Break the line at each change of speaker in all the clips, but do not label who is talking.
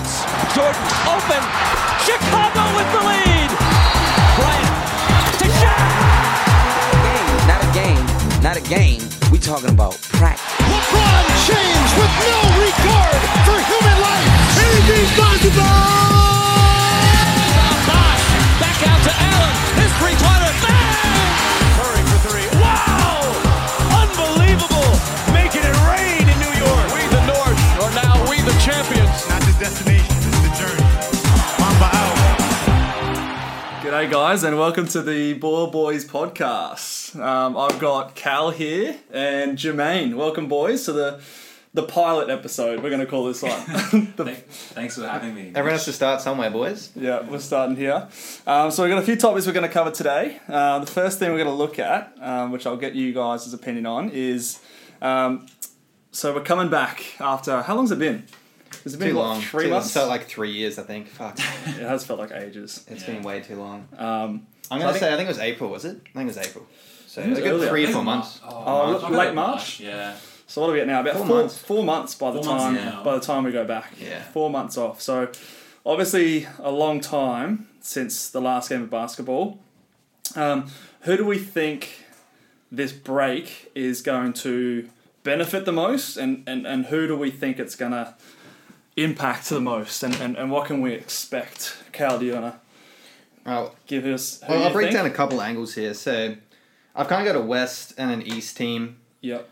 Jordan open. Chicago with the lead. Bryant to Shaq.
Not a game, not a game. We talking about practice.
LeBron James with no regard for human life. Anything's possible.
Bosh back out to Allen. His three pointer. Bang! Curry for three. Wow! Unbelievable. Making it rain in New York. We the North are now we the champions.
not the destination, it's the journey. Mamba out.
G'day, guys, and welcome to the Ball Boys podcast. Um, I've got Cal here and Jermaine. Welcome, boys, to the the pilot episode. We're going to call this one. The-
Thanks for having me.
Everyone has to start somewhere, boys.
yeah, we're starting here. Um, so we've got a few topics we're going to cover today. Uh, the first thing we're going to look at, um, which I'll get you guys' opinion on, is um, so we're coming back after how long's it been? Has it been
Too
what,
long.
Three
Too long.
months.
Felt like three years, I think. Fuck,
it has felt like ages.
it's been way too long.
Um, I
I'm gonna
think-
say I think it was April, was it? I think it was April. So
was
a good
earlier.
three
I
or four months.
Oh,
March.
look, late March.
Yeah.
So what are we at now? About four,
Four
four months.
months.
by the
Four months
time
now.
by the time we go back.
Yeah.
Four months off. So obviously a long time since the last game of basketball. Um, who do we think this break is going to benefit the most and, and, and who do we think it's gonna impact the most and, and, and what can we expect? Cal, do you wanna
Well,
give us who
well,
you
I'll break
think?
down a couple angles here. So I've kind of got a West and an East team.
Yep.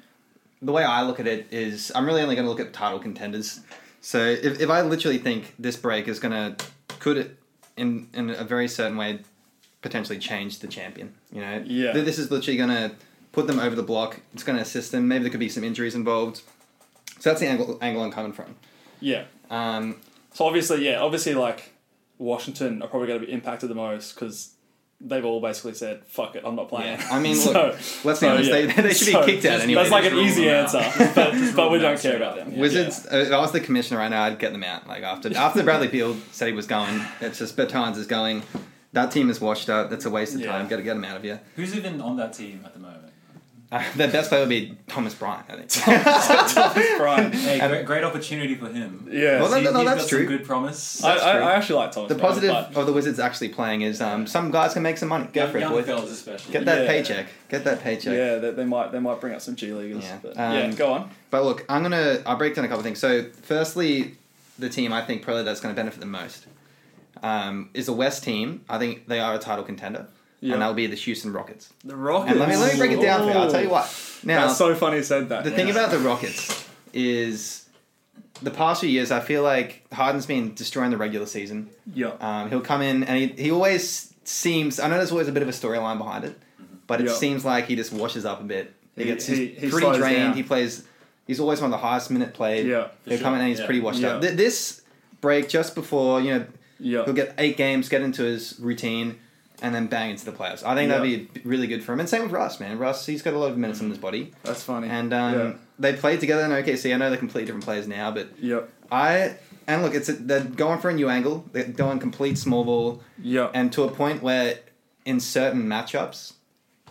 The way I look at it is I'm really only going to look at title contenders. So if, if I literally think this break is going to, could in, in a very certain way potentially change the champion. You know,
Yeah.
Th- this is literally going to put them over the block. It's going to assist them. Maybe there could be some injuries involved. So that's the angle, angle I'm coming from.
Yeah.
Um,
So obviously, yeah, obviously, like Washington are probably going to be impacted the most because they've all basically said, "Fuck it, I'm not playing."
Yeah, I mean,
So-
look, let's be
so,
honest, they-
yeah.
they should be
So
kicked out
just-
anyway.
That's like an
Just rule
easy
them out.
answer, but, but we
them out
don't care
straight
about
up.
them.
Wizards. uh, If I was the commissioner right now, I'd get them out. Like after after Bradley Beal said he was going, it's just Bertans is going. That team is washed up. That's a waste of
Yeah.
time. Got to get them out of here.
Who's even on that team at the moment?
Uh, their best player would be Thomas Bryant. I think.
Yeah. Right.
Hey, great, great opportunity for him.
Yeah.
Well,
He-
no, no,
he's
that's
got
true.
Some good promise.
I, I,
true.
I actually like Thomas.
the
Bryant,
positive oh,
but-
of the Wizards actually playing is um, some guys can make some money. Go for it,
young
boys.
fellas especially.
Get that
Yeah.
paycheck. Get that paycheck.
yeah, they, they might they might bring up some G leaguers.
Yeah.
But,
Um,
yeah. Go on.
But look, I'm gonna I'll break down a couple things. So, firstly, the team I think probably that's going to benefit the most um, is the West team. I think they are a title contender,
Yeah.
and that'll be the Houston Rockets.
The Rockets.
And let me let me break it down for you. I'll tell you what. Now,
That's so funny. You said that.
the thing about the Rockets is the past few years, I feel like Harden's been destroying the regular season.
Yeah.
Um, he'll come in and he, he always seems. I know there's always a bit of a storyline behind it, but it
Yeah.
seems like he just washes up a bit. He,
He-
gets
he-
he's
he
pretty
slows
drained.
down.
He plays. He's always one of the highest minute played.
Yeah, for
he'll come in
sure.
and he's
Yeah.
pretty washed up.
Yeah.
Th- this break just before you know,
Yeah.
he'll get eight games, get into his routine, and then bang into the playoffs. I think that'd be really good for him. And same with Russ, man. Russ, he's got a lot of minutes in his body,
That's funny.
and um, they played together in OKC. I know they're completely different players now, but
yeah.
I and look, it's a, they're going for a new angle. They're going complete small ball,
Yeah. Yeah.
and to a point where in certain matchups,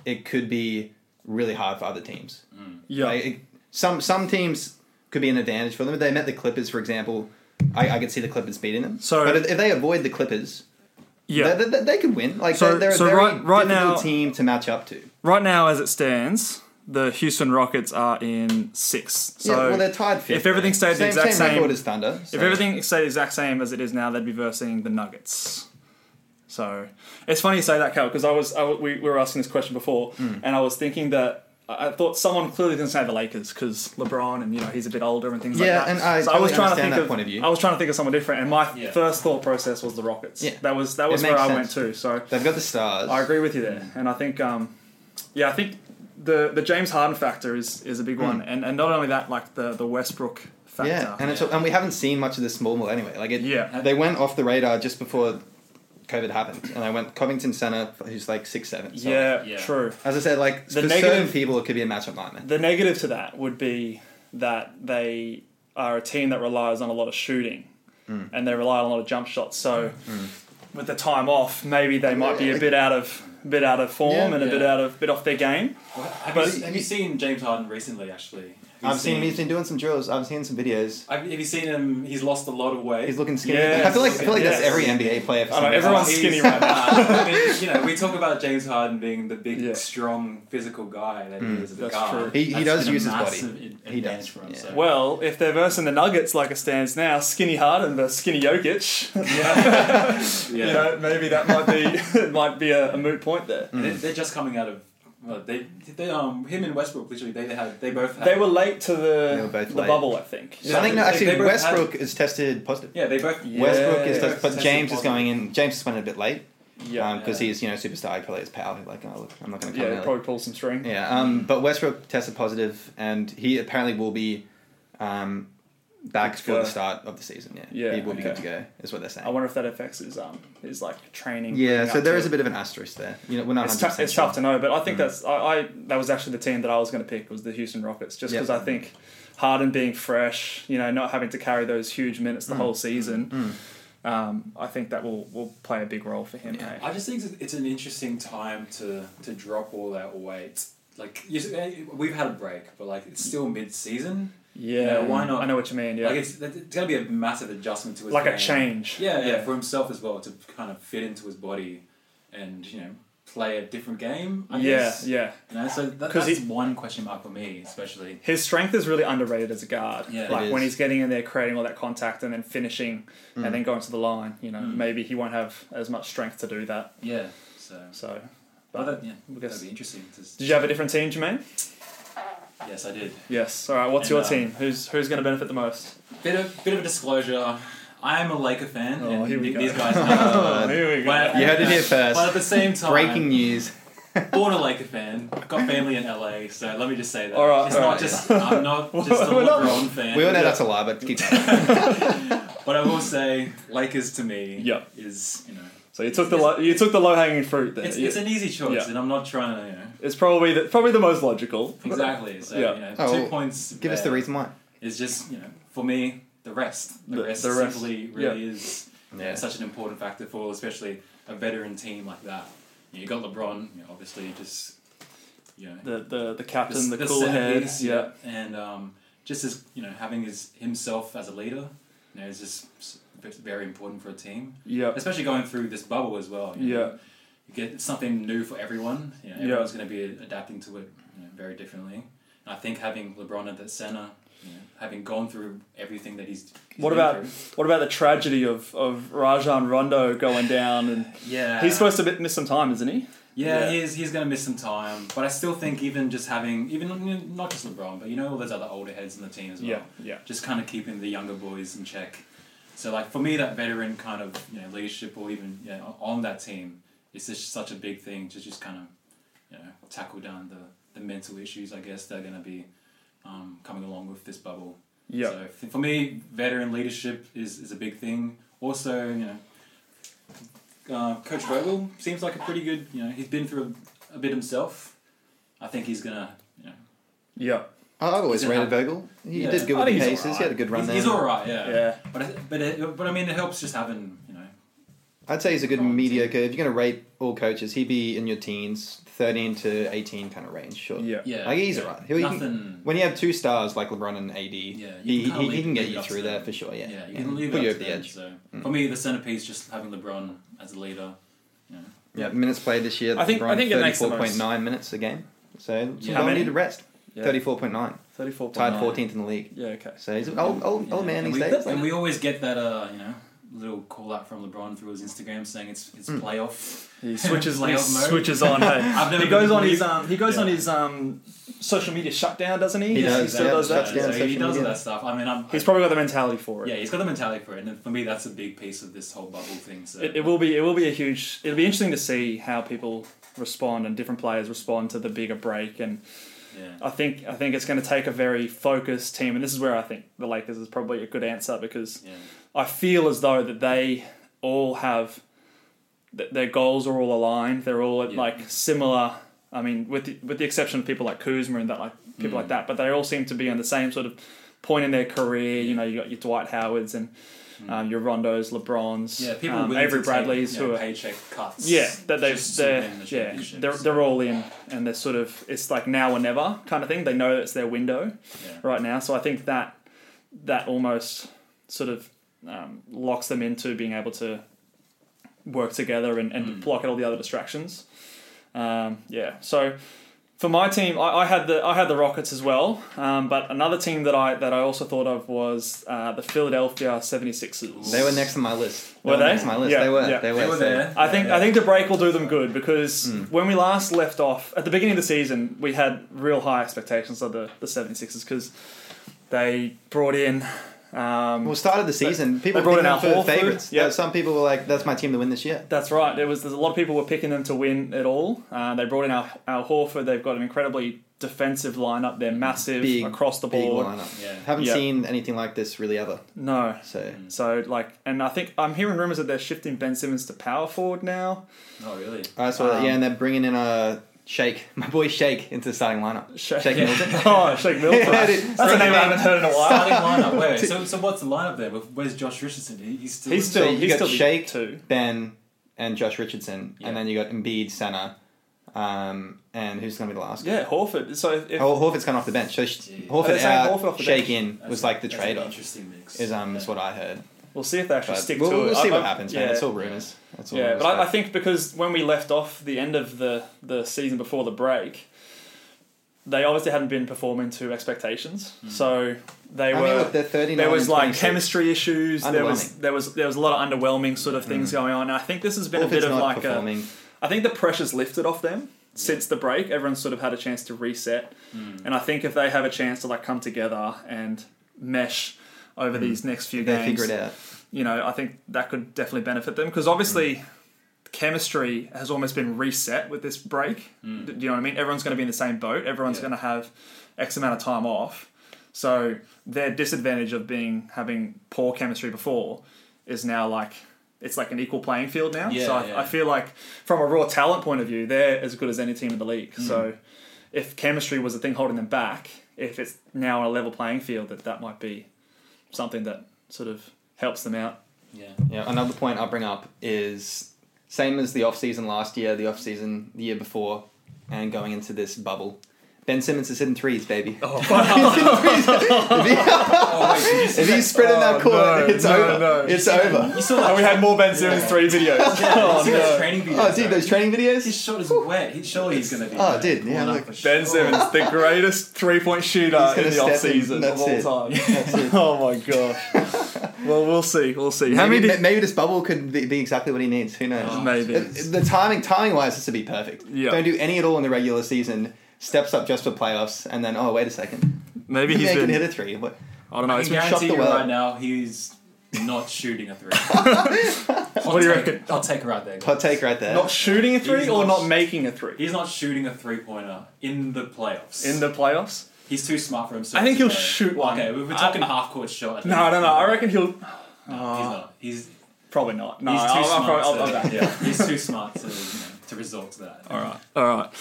it could be really hard for other teams.
Mm. Yeah.
Like, it- some some teams could be an advantage for them. If they met the Clippers, for example, I, I could see the Clippers beating them.
So-
but if, if they avoid the Clippers,
yeah.
they, they, they could win. Like
So-
they're, they're
so
a very
right- right
difficult
now-
team to match up to.
Right now, as it stands, the Houston Rockets are in sixth. So
yeah, well, they're tied. Fifth,
if everything
though.
stayed the
same,
exact
same
same-
record as Thunder. so-
If everything stayed the exact same as it is now, they'd be versing the Nuggets. So it's funny you say that, Cal, because I was I, w- we, we were asking this question before,
Hmm.
and I was thinking that I I thought someone clearly didn't say the Lakers because LeBron and you know he's a bit older and things
Yeah,
like that.
and I
so I
totally
was trying to
understand
think
that
of
point of view.
I was trying to think of someone different, and my
Yeah.
first thought process was the Rockets.
Yeah.
that was that
It
was where
makes
I went
sense.
to. So
they've got the stars.
I agree with you there,
Mm.
and I think, um, yeah, I think the the James Harden factor is is a big one, and and not only that, like the the Westbrook factor.
Mm. Yeah, and it's and we haven't seen much of this small ball anyway. Like it,
Yeah.
they went off the radar just before COVID happened, and I went Covington Center, who's like six seven. So
yeah,
Yeah.
true.
as I said, like
The
for
negative-
certain people, it could be a matchup nightmare.
The negative to that would be that they are a team that relies on a lot of shooting,
Mm.
and they rely on a lot of jump shots. So with the time off, maybe they might be a bit out of bit out of form
Yeah.
and a bit
Yeah.
out of bit off their game.
What- Have,
But-
you, have you seen James Harden recently? Actually,
I've seen him.
seen-
He's been doing some drills. I've seen some videos.
I've, have you seen him? He's lost a lot of weight.
He's looking skinny.
Yes,
I feel like I feel like that's
yes.
every NBA player. For
I know,
some reason.
everyone's
He's-
skinny right now.
I mean, you know, we talk about James Harden being the big,
Yeah.
strong, physical guy that he is as a
that's
guard.
true.
Mm, He- he
That's
does
been a
use his body.
massive ad-
He does,
advantage for him,
yeah.
so-
Well, if they're versing the Nuggets like it stands now, skinny Harden versus skinny Jokic,
yeah.
you know, maybe that might be might be a, a moot point there.
Mm.
And they- They're just coming out of. Well, they, they um him and Westbrook literally they had they both had,
They were late to
They were
the
both
the
late.
bubble, I think.
I think no,
They-
actually
they both had-
Westbrook is tested positive.
yeah they both
Yeah.
Westbrook
Yeah.
is tested, but
Tested
James is
positive.
going in. James is went in a bit late
Yeah,
because
Yeah.
he's you know superstar. He probably has power. He's like, oh, look, I'm not going to come
yeah,
early.
probably pull some string.
Yeah, um, but Westbrook tested positive, and he apparently will be um, back
Good to
for
go.
the start of the season. Yeah,
Yeah,
he will be good
okay.
to go, is what they're saying.
I wonder if that affects his um his like training.
yeah,
leading
so
up
there
to
is
it.
a bit Mm. of an asterisk there. You know, we're not
It's
100
tough. It's tough to know, but I think that's I, I. That was actually the team that I was going to pick was the Houston Rockets, just
Yep.
because I think Harden being fresh, you know, not having to carry those huge minutes
Mm.
the whole season, um, I think that will will play a big role for him. eh?
I just think it's- it's an interesting time to to drop all that weight. Like you, s- eh, we've had a break, but like it's still mid season.
Yeah,
why not?
I know what you mean. Yeah,
Like it's it's gonna be a massive adjustment to his
Like a
game.
change.
Yeah, yeah,
Yeah.
for himself as well to kind of fit into his body, and you know play a different game. I
yeah,
guess.
yeah.
You know, so that,
'Cause
that's
he-
one question mark for me, especially.
His strength is really underrated as a guard.
Yeah, it
like when
is.
he's getting in there, creating all that contact, and then finishing, and
Mm.
then going to the line. You know, maybe he won't have as much strength to do that.
Yeah. So,
So,
but that, yeah,
I guess-
that'd be interesting. To,
did you have a different team, Jermaine?
Yes, I did.
Yes. All right. What's
And,
your
um,
team? Who's who's going to benefit the most?
Bit of bit of a disclosure. I am a Laker fan,
Oh,
and
here we
th-
go.
these guys. Know,
Oh, here we go.
but,
You heard it here first.
But at the same time,
Breaking news.
born a Laker fan. I've got family in LA, so let me just say that.
All right,
it's
all
not
right.
just I'm not just a
We're not-
LeBron fan.
We all know that's a lie, but keep going.
But I will say, Lakers to me
Yeah.
is you know
So you took the lo- you took the low hanging fruit there.
it's,
You-
it's an easy choice,
Yeah.
and I'm not trying to you know
It's probably the, probably the most logical.
exactly. So
Yeah.
you know,
Oh,
two
well,
points.
Give us the
there.
reason why.
is just you know for me the rest the,
The-
rest
the rest,
simply
yeah.
really is you know,
Yeah.
such an important factor for especially a veteran team like that you, know, you got LeBron you know, obviously just you know
The the the captain, the,
the
cool
set
head.
piece,
Yeah.
and um, just as you know having his himself as a leader you know is just s- very important for a team
Yeah.
especially going through this bubble as well you know.
Yeah.
you get something new for everyone you know,
Yeah.
everyone's going to be adapting to it you know, very differently and I think having LeBron at the center you know, having gone through everything that he's, he's
What
been
about
through,
what about the tragedy of of Rajon Rondo going down and
yeah
he's supposed to bit- miss some time, isn't he?
yeah,
yeah.
he is he's going to miss some time but I still think even just having even not just LeBron but you know all those other older heads in the team as well
Yeah.
just kind of keeping the younger boys in check. So like for me, that veteran kind of you know leadership or even you know, on that team is just such a big thing to just kind of you know tackle down the, the mental issues I guess that are going to be um, coming along with this bubble.
Yeah.
So f- for me, veteran leadership is, is a big thing. Also, you know, uh, Coach Vogel seems like a pretty good. You know, he's been through a, a bit himself. I think he's gonna. You know,
Yeah.
Oh, I've always
He's
rated
an up-
Vogel. He
Yeah.
did good
I
with the
think he's
paces.
alright.
He had a good run
he's,
there.
he's all right. Yeah.
Yeah.
But I- but it, but I mean, it helps just having you know.
I'd say he's a good
Oh,
mediocre. If you're going to rate all coaches, he'd be in your teens, 13 to 18 kind of range. Sure.
Yeah.
Yeah.
Like he's
yeah.
alright. He- he can-
Nothing.
when you have two stars like LeBron and AD,
yeah,
he,
you
he,
can kinda
he
leave-
can get
leave it
you
up
through
to
there
them.
for sure. Yeah,
Yeah, you can leave it
put
up
you
to
over the
them,
edge.
So
Mm.
for me, the centerpiece just having LeBron as a leader.
Yeah, minutes played this year.
I think-
LeBron,
I think it makes the most.
34.9 minutes a game. So
Yeah.
yeah.
How
I
many?
need to rest.
Yeah.
34.9,
Thirty four.
tied 14th in the league.
Yeah. Okay.
So he's an old, old,
Yeah,
old Oh, man
and
these
we,
days.
And we always get that uh, you know little call out from LeBron through his Instagram saying it's it's playoff.
He switches he
Playoff mode.
switches on. Hey.
I've never
he goes
been
on his
believed-
um he goes on
Yeah.
his um social media shutdown, doesn't he?
He
He's-
does,
He still
yeah.
does that.
Shuts down
so he
social
does all
media.
that stuff. I mean, I'm,
He's probably got the mentality for it.
yeah, he's got the mentality for it, and for me, that's a big piece of this whole bubble thing. So
It, it will be it will be a huge it'll be interesting to see how people respond and different players respond to the bigger break and
yeah.
I think I think it's going to take a very focused team and this is where I think the Lakers is probably a good answer because
yeah.
I feel as though that they all have th- their goals are all aligned they're all at
Yeah.
like similar I mean with the, with the exception of people like Kuzma and that like people
Mm.
like that but they all seem to be on the same sort of point in their career you know you got your Dwight Howards and um, your Rondos, LeBrons,
Mm. Yeah, people
um,
willing
Avery
to take,
Bradleys
you know,
who are
paycheck cuts.
yeah, that they've
just to
they're
win the
yeah
championships.
they're, they're all in, and they're sort of it's like now or never kind of thing. They know it's their window
Yeah.
right now, so I think that that almost sort of um, locks them into being able to work together and,
Hmm.
and block out all the other distractions. Um, yeah, so for my team, I, I had the I had the Rockets as well, um, but another team that I that I also thought of was uh, the Philadelphia 76ers.
They were next on my list.
Were they?
Next on my list.
Yeah,
they were.
yeah.
They were.
They were
so-
there.
I think
Yeah.
I think the break will do them good because
Hmm.
when we last left off at the beginning of the season, we had real high expectations of the, the 76ers because they brought in um,
Well, start of the season, people
brought
brought
in
in
Al
out for
Horford.
favorites.
Yeah.
Yeah, some people were like, "That's my team to win this year."
That's right. There was there's a lot of people were picking them to win it all. Uh, they brought in Al, Al Horford. They've got an incredibly defensive lineup. They're massive
Big
across the
big
board.
lineup.
Yeah. Mm.
Haven't
Yeah.
seen anything like this really ever.
No,
So
so like, and I think I'm hearing rumors that they're shifting Ben Simmons to power forward now.
Oh really?
I saw that.
Um,
Yeah, and they're bringing in a Shake, my boy Shake, into the starting lineup.
Shake-
Shake Milton.
Oh, Shake Milton.
Yeah,
That's
dude.
a name I haven't heard in a while.
Starting lineup. Wait, so so what's the lineup there? Where's Josh Richardson? He- He's still
He's
So
still
you
he's
got
still
Shake,
too.
Ben, and Josh Richardson,
Yeah.
and then you got Embiid, Senna, um, and who's going to be the last?
Yeah, Horford. So if,
Oh, Horford's coming off the bench. So sh-
Gee.
Are they
Horford
saying
out,
Horford off the
Shake
bench?
in
That's
was
a-
like the
that's an
trade off.
Interesting mix.
Is um
Yeah.
is what I heard.
we'll see if they actually
But
stick
we'll,
to it.
we'll see
I-
what
I-
happens, man.
yeah.
It's all rumors. That's all
Yeah,
rumors,
but I, I think because when we left off the end of the, the season before the break, they obviously hadn't been performing to expectations. So they
I
were
mean, look, they're 39
there was
and
like
26.
chemistry issues. There was
Underwhelming.
there was there was a lot of underwhelming sort of things going on. And I think this has been
Horford's
a bit of
not
like
performing.
a. I think the pressure's lifted off them since the break. Everyone's sort of had a chance to reset, and I think if they have a chance to like come together and mesh over these next few
they
games,
figure it out.
you know, I think that could definitely benefit them because obviously chemistry has almost been reset with this break. Do you know what I mean? Everyone's going to be in the same boat. Everyone's
Hmm. Yeah.
going to have X amount of time off. So their disadvantage of being having poor chemistry before is now like it's like an equal playing field now.
Yeah,
so I,
yeah.
I feel like from a raw talent point of view, they're as good as any team in the league.
Hmm.
So if chemistry was the thing holding them back, if it's now on a level playing field, that that might be something that sort of helps them out.
Yeah.
Yeah, another point I'll bring up is same as the off season last year, the off season the year before, and going into this bubble. Ben Simmons is hitting threes, baby.
Oh wait, did you see
if he's spreading that court, it's over. It's over.
you saw that?
And we had more Ben Simmons three videos.
you see
oh,
those training videos.
Oh, dude, those training
His
videos.
shot is wet. He, surely he's gonna be.
Oh,
wet.
dude, yeah,
Worn up
look.
for sure.
Ben Simmons, the greatest three point shooter
He's gonna
in the
step in,
off season of
that's
all
it.
time. oh my gosh. well, we'll see. We'll see. How
Maybe,
many?
ma-
Did,
maybe this bubble could be, be exactly what he needs. Who knows?
maybe.
It- it- the timing, timing wise, this would be perfect.
Yeah.
Don't do any at all in the regular season. Steps up just for playoffs, and then oh wait a second,
maybe
he
he's
can hit
been.
a three. What?
I don't know.
I
It's
can
been
shot
guarantee
the
you
well.
right now he's not shooting a three.
What do you reckon?
I'll take right there. guys.
Hot take right there.
Not shooting a three
He's
or
not-
not making a three
He's not shooting a three pointer in the playoffs.
in the playoffs?
he's too smart for himself.
I think
to
he'll
go-
shoot one.
Okay, we we're
I-
talking half court shot. at the
No,
end.
no, no. I reckon he'll
he's not. He's
probably not. No,
he's too
I'll, I'll,
smart.
probably- I'll,
to,
I'll, I'll,
yeah, he's too smart to you know, to resort to that.
All right, all right.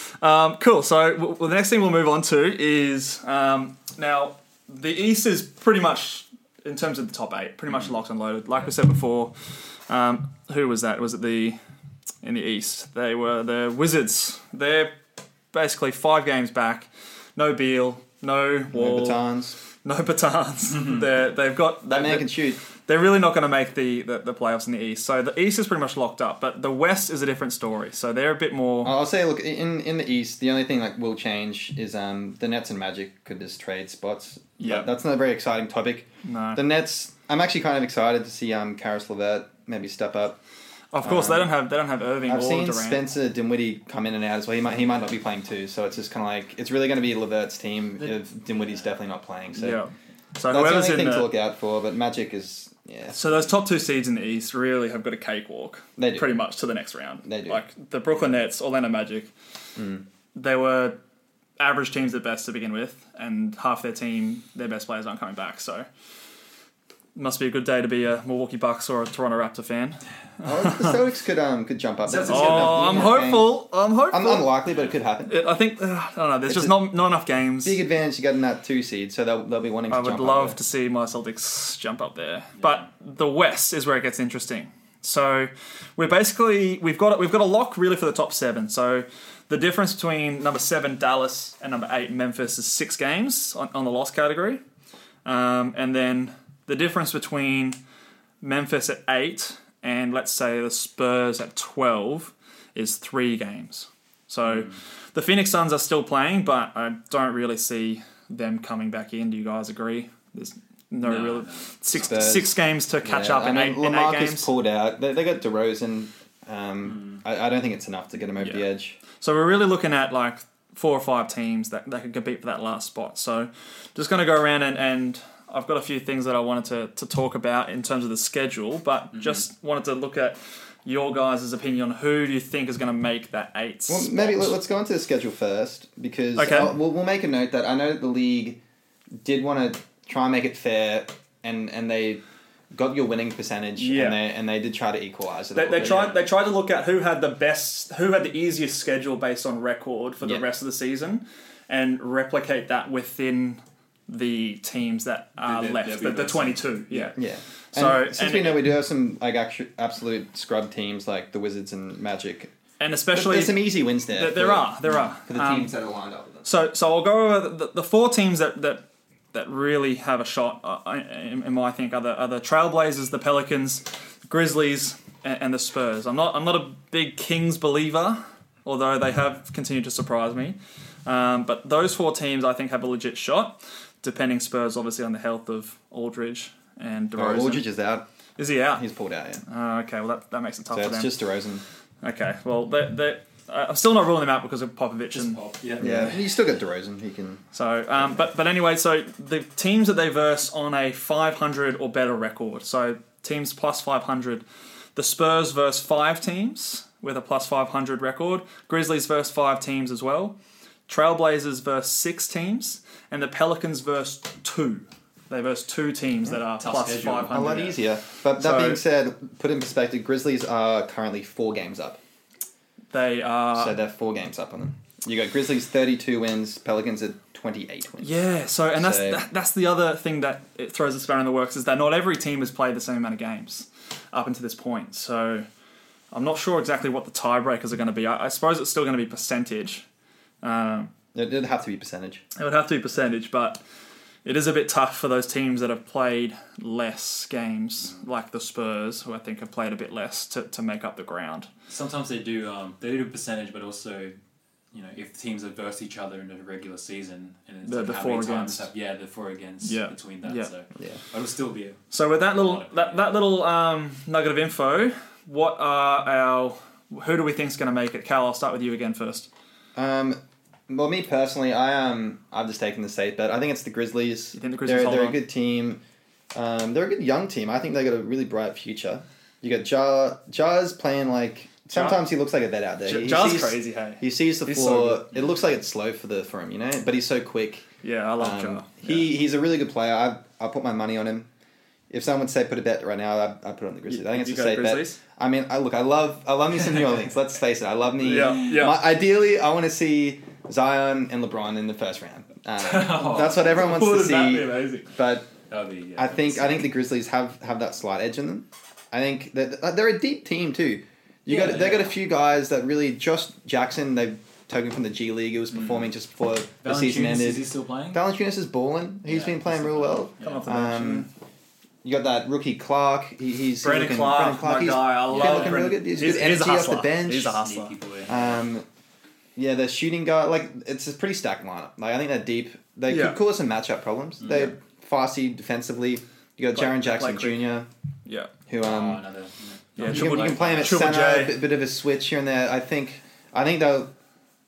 Um, cool. So w- well, the next thing we'll move on to is um, now the East is pretty much in terms of the top eight, pretty much locked and loaded. Like we said before, um, who was that? Was it the in the East? They were the Wizards. They're basically five games back. No Beal, no
No
Wall,
batons.
no Batons. They're they've got
That man can shoot.
they're really not going to make the, the the playoffs in the East. So the East is pretty much locked up, but the West is a different story. So they're a bit more.
I'll say, look, in in the East, the only thing that will change is um, the Nets and Magic could just trade spots.
Yeah.
But that's not a very exciting topic.
No.
The Nets, I'm actually kind of excited to see um, Karis Levert maybe step up.
Of course, they don't have they don't have Irving
Um, I've
or
seen
Durant.
Spencer Dinwiddie come in and out as well. He might he might not be playing too, so it's just kind of like it's really going to be Levert's team if Dinwiddie's definitely not playing. So
yeah. So
that's the
whoever's
only
in
thing to
the
look out for. But Magic is yeah.
so those top two seeds in the East really have got a cakewalk.
They do.
pretty much to the next round.
They do. Mm.
Like the Brooklyn Nets, Orlando Magic. They were average teams at best to begin with, and half their team, their best players aren't coming back. So Must be a good day to be a Milwaukee Bucks or a Toronto Raptor fan.
Oh, the Celtics could um could jump up.
Celtics
there.
could-
Oh, I'm hopeful. I'm hopeful.
I'm unlikely, but it could happen.
I think uh, I don't know. There's just
It's a-
not not enough games.
Big advantage you got in that two seed, so they'll, they'll be wanting to
I would
jump
love
up
to see my Celtics jump up there. But the West is where it gets interesting. So we're basically we've got we've got a lock really for the top seven. So the difference between number seven Dallas and number eight Memphis is six games on, on the loss category, um, and then the difference between Memphis at eight and let's say the Spurs at twelve is three games. So the Phoenix Suns are still playing, but I don't really see them coming back in. Do you guys agree? There's no,
No,
real
no.
six
Spurs.
six games to catch
Yeah,
up in,
I
eight,
mean,
in eight
Lamarcus
games. Hmm.
pulled out. They, they got DeRozan. Um, I, I don't think it's enough to get him over
Yeah.
the edge.
So we're really looking at like four or five teams that, that could compete for that last spot. So just going to go around and, and I've got a few things that I wanted to, to talk about in terms of the schedule, but
Mm-hmm.
just wanted to look at your guys' opinion. Who do you think is going to make that eight
Well,
spot?
maybe let, let's go into the schedule first because
Okay.
I'll- we'll, we'll make a note that I know that the league did want to try and make it fair, and and they got your winning percentage,
Yeah.
and they and they did try to equalize it. a
They,
little
they
bit.
tried. They tried to look at who had the best, who had the easiest schedule based on record for the
Yeah.
rest of the season, and replicate that within the teams that are
The- the-
left, the, the
WBC.
twenty-two. Yeah,
Yeah.
So-
So since
and
we
it-
know we do have some like actu- absolute scrub teams like the Wizards and Magic,
and especially
there's some easy wins there.
there, there
for-
are there are
for the
Um,
teams that are lined up with us.
So, so I'll go over the, the four teams that, that that really have a shot. Uh, in, in my think are the, are the Trailblazers, the Pelicans, Grizzlies, and, and the Spurs. I'm not I'm not a big Kings believer, although they have continued to surprise me. Um, but those four teams I think have a legit shot, depending Spurs obviously on the health of Aldridge and DeRozan.
Oh, Aldridge is out.
Is he out?
He's pulled out. Yeah.
Uh, okay, well that, that makes it tough
So
for them.
it's just DeRozan.
okay, well they they. I- I'm still not ruling them out because of Popovich and
Pop, yeah.
And you still got DeRozan. He can.
So, um, but but anyway, so the teams that they verse on a 500 or better record. So teams plus 500. The Spurs verse five teams with a plus 500 record. Grizzlies verse five teams as well. Trailblazers verse six teams, and the Pelicans verse two. They verse two teams that are
Tough
plus
schedule.
500.
A lot easier. But that
So-
being said, put in perspective, Grizzlies are currently four games up.
They are.
So they're four games up on them. You got Grizzlies 32 wins, Pelicans at 28 wins.
Yeah, so and that's
So-
that, that's the other thing that it throws a spanner in the works is that not every team has played the same amount of games up until this point. So I'm not sure exactly what the tiebreakers are going to be. I, I suppose it's still going to be percentage. Um,
It, it'd have to be percentage.
it would have to be percentage, but it is a bit tough for those teams that have played less games, like the Spurs, who I think have played a bit less to, to make up the ground.
Sometimes they do. Um, they do percentage, but also, you know, if teams have versed each other in the regular season, and it's
The-
like
the
how
four
many times
against.
have- yeah, the four against
Yeah.
between that.
Yeah.
So
Yeah.
it'll still be. A,
So with that little that, that little um, nugget of info, what are our who do we think is going to make it? Cal, I'll start with you again first.
Um, well, me personally, I um, I've just taken the safe bet. I think it's the Grizzlies. You
think the Grizzlies
They're,
hold
they're
on?
a good team. Um, they're a good young team. I think they got a really bright future. You got Ja. Ja's playing like sometimes he looks like a vet out there.
Ja-
He- he
Ja's
sees-
crazy, hey?
He sees the
He's so
floor. it looks like it's slow for the for him, you know. But he's so quick.
Yeah, I love
Um,
Ja.
He he's a really good player. I I put my money on him. If someone would say put a bet right now, I I put on the Grizzlies. I think it's
You
a
got the
safe
Grizzlies?
bet. I mean, I look, I love I love me some New Orleans. Let's face it, I love me.
Yeah, yeah.
My, ideally, I want to see Zion and LeBron in the first round. Um, that's what everyone wants to
Wouldn't that be
see.
amazing?
But
That'll be. Yeah,
I think
that's-
I think the Grizzlies have have that slight edge in them. I think that they're a deep team too. You
Yeah,
got
they
they got a
are.
few guys that really Josh Jackson they've taken from the G League. He was performing just before the season
Valanciunis,
ended.
Is he still playing?
Valanciunas is balling. He's
Yeah,
been playing
he's
real well.
Come off the bench.
Um, you got that rookie Clark. He, he's
Brandon
looking,
Clark,
Brandon
my
he's
guy, I
been
love
looking real
Brandon.
good. He's,
He's-
good
he's a
energy off
hustler.
the bench.
He's a hustler.
Sneaky boy.
Um, yeah, the shooting guy. Like it's a pretty stacked lineup. Like I think they're deep. They
Yeah. Mm,
could cause some matchup problems. They're feisty defensively. You got
Play-
Jaron Jackson
play
Jr.
Yeah.
Who
Oh,
um
another,
Yeah,
you, can, you can play him at
Triple J.
center. A bit, bit of a switch here and there. I think I think they'll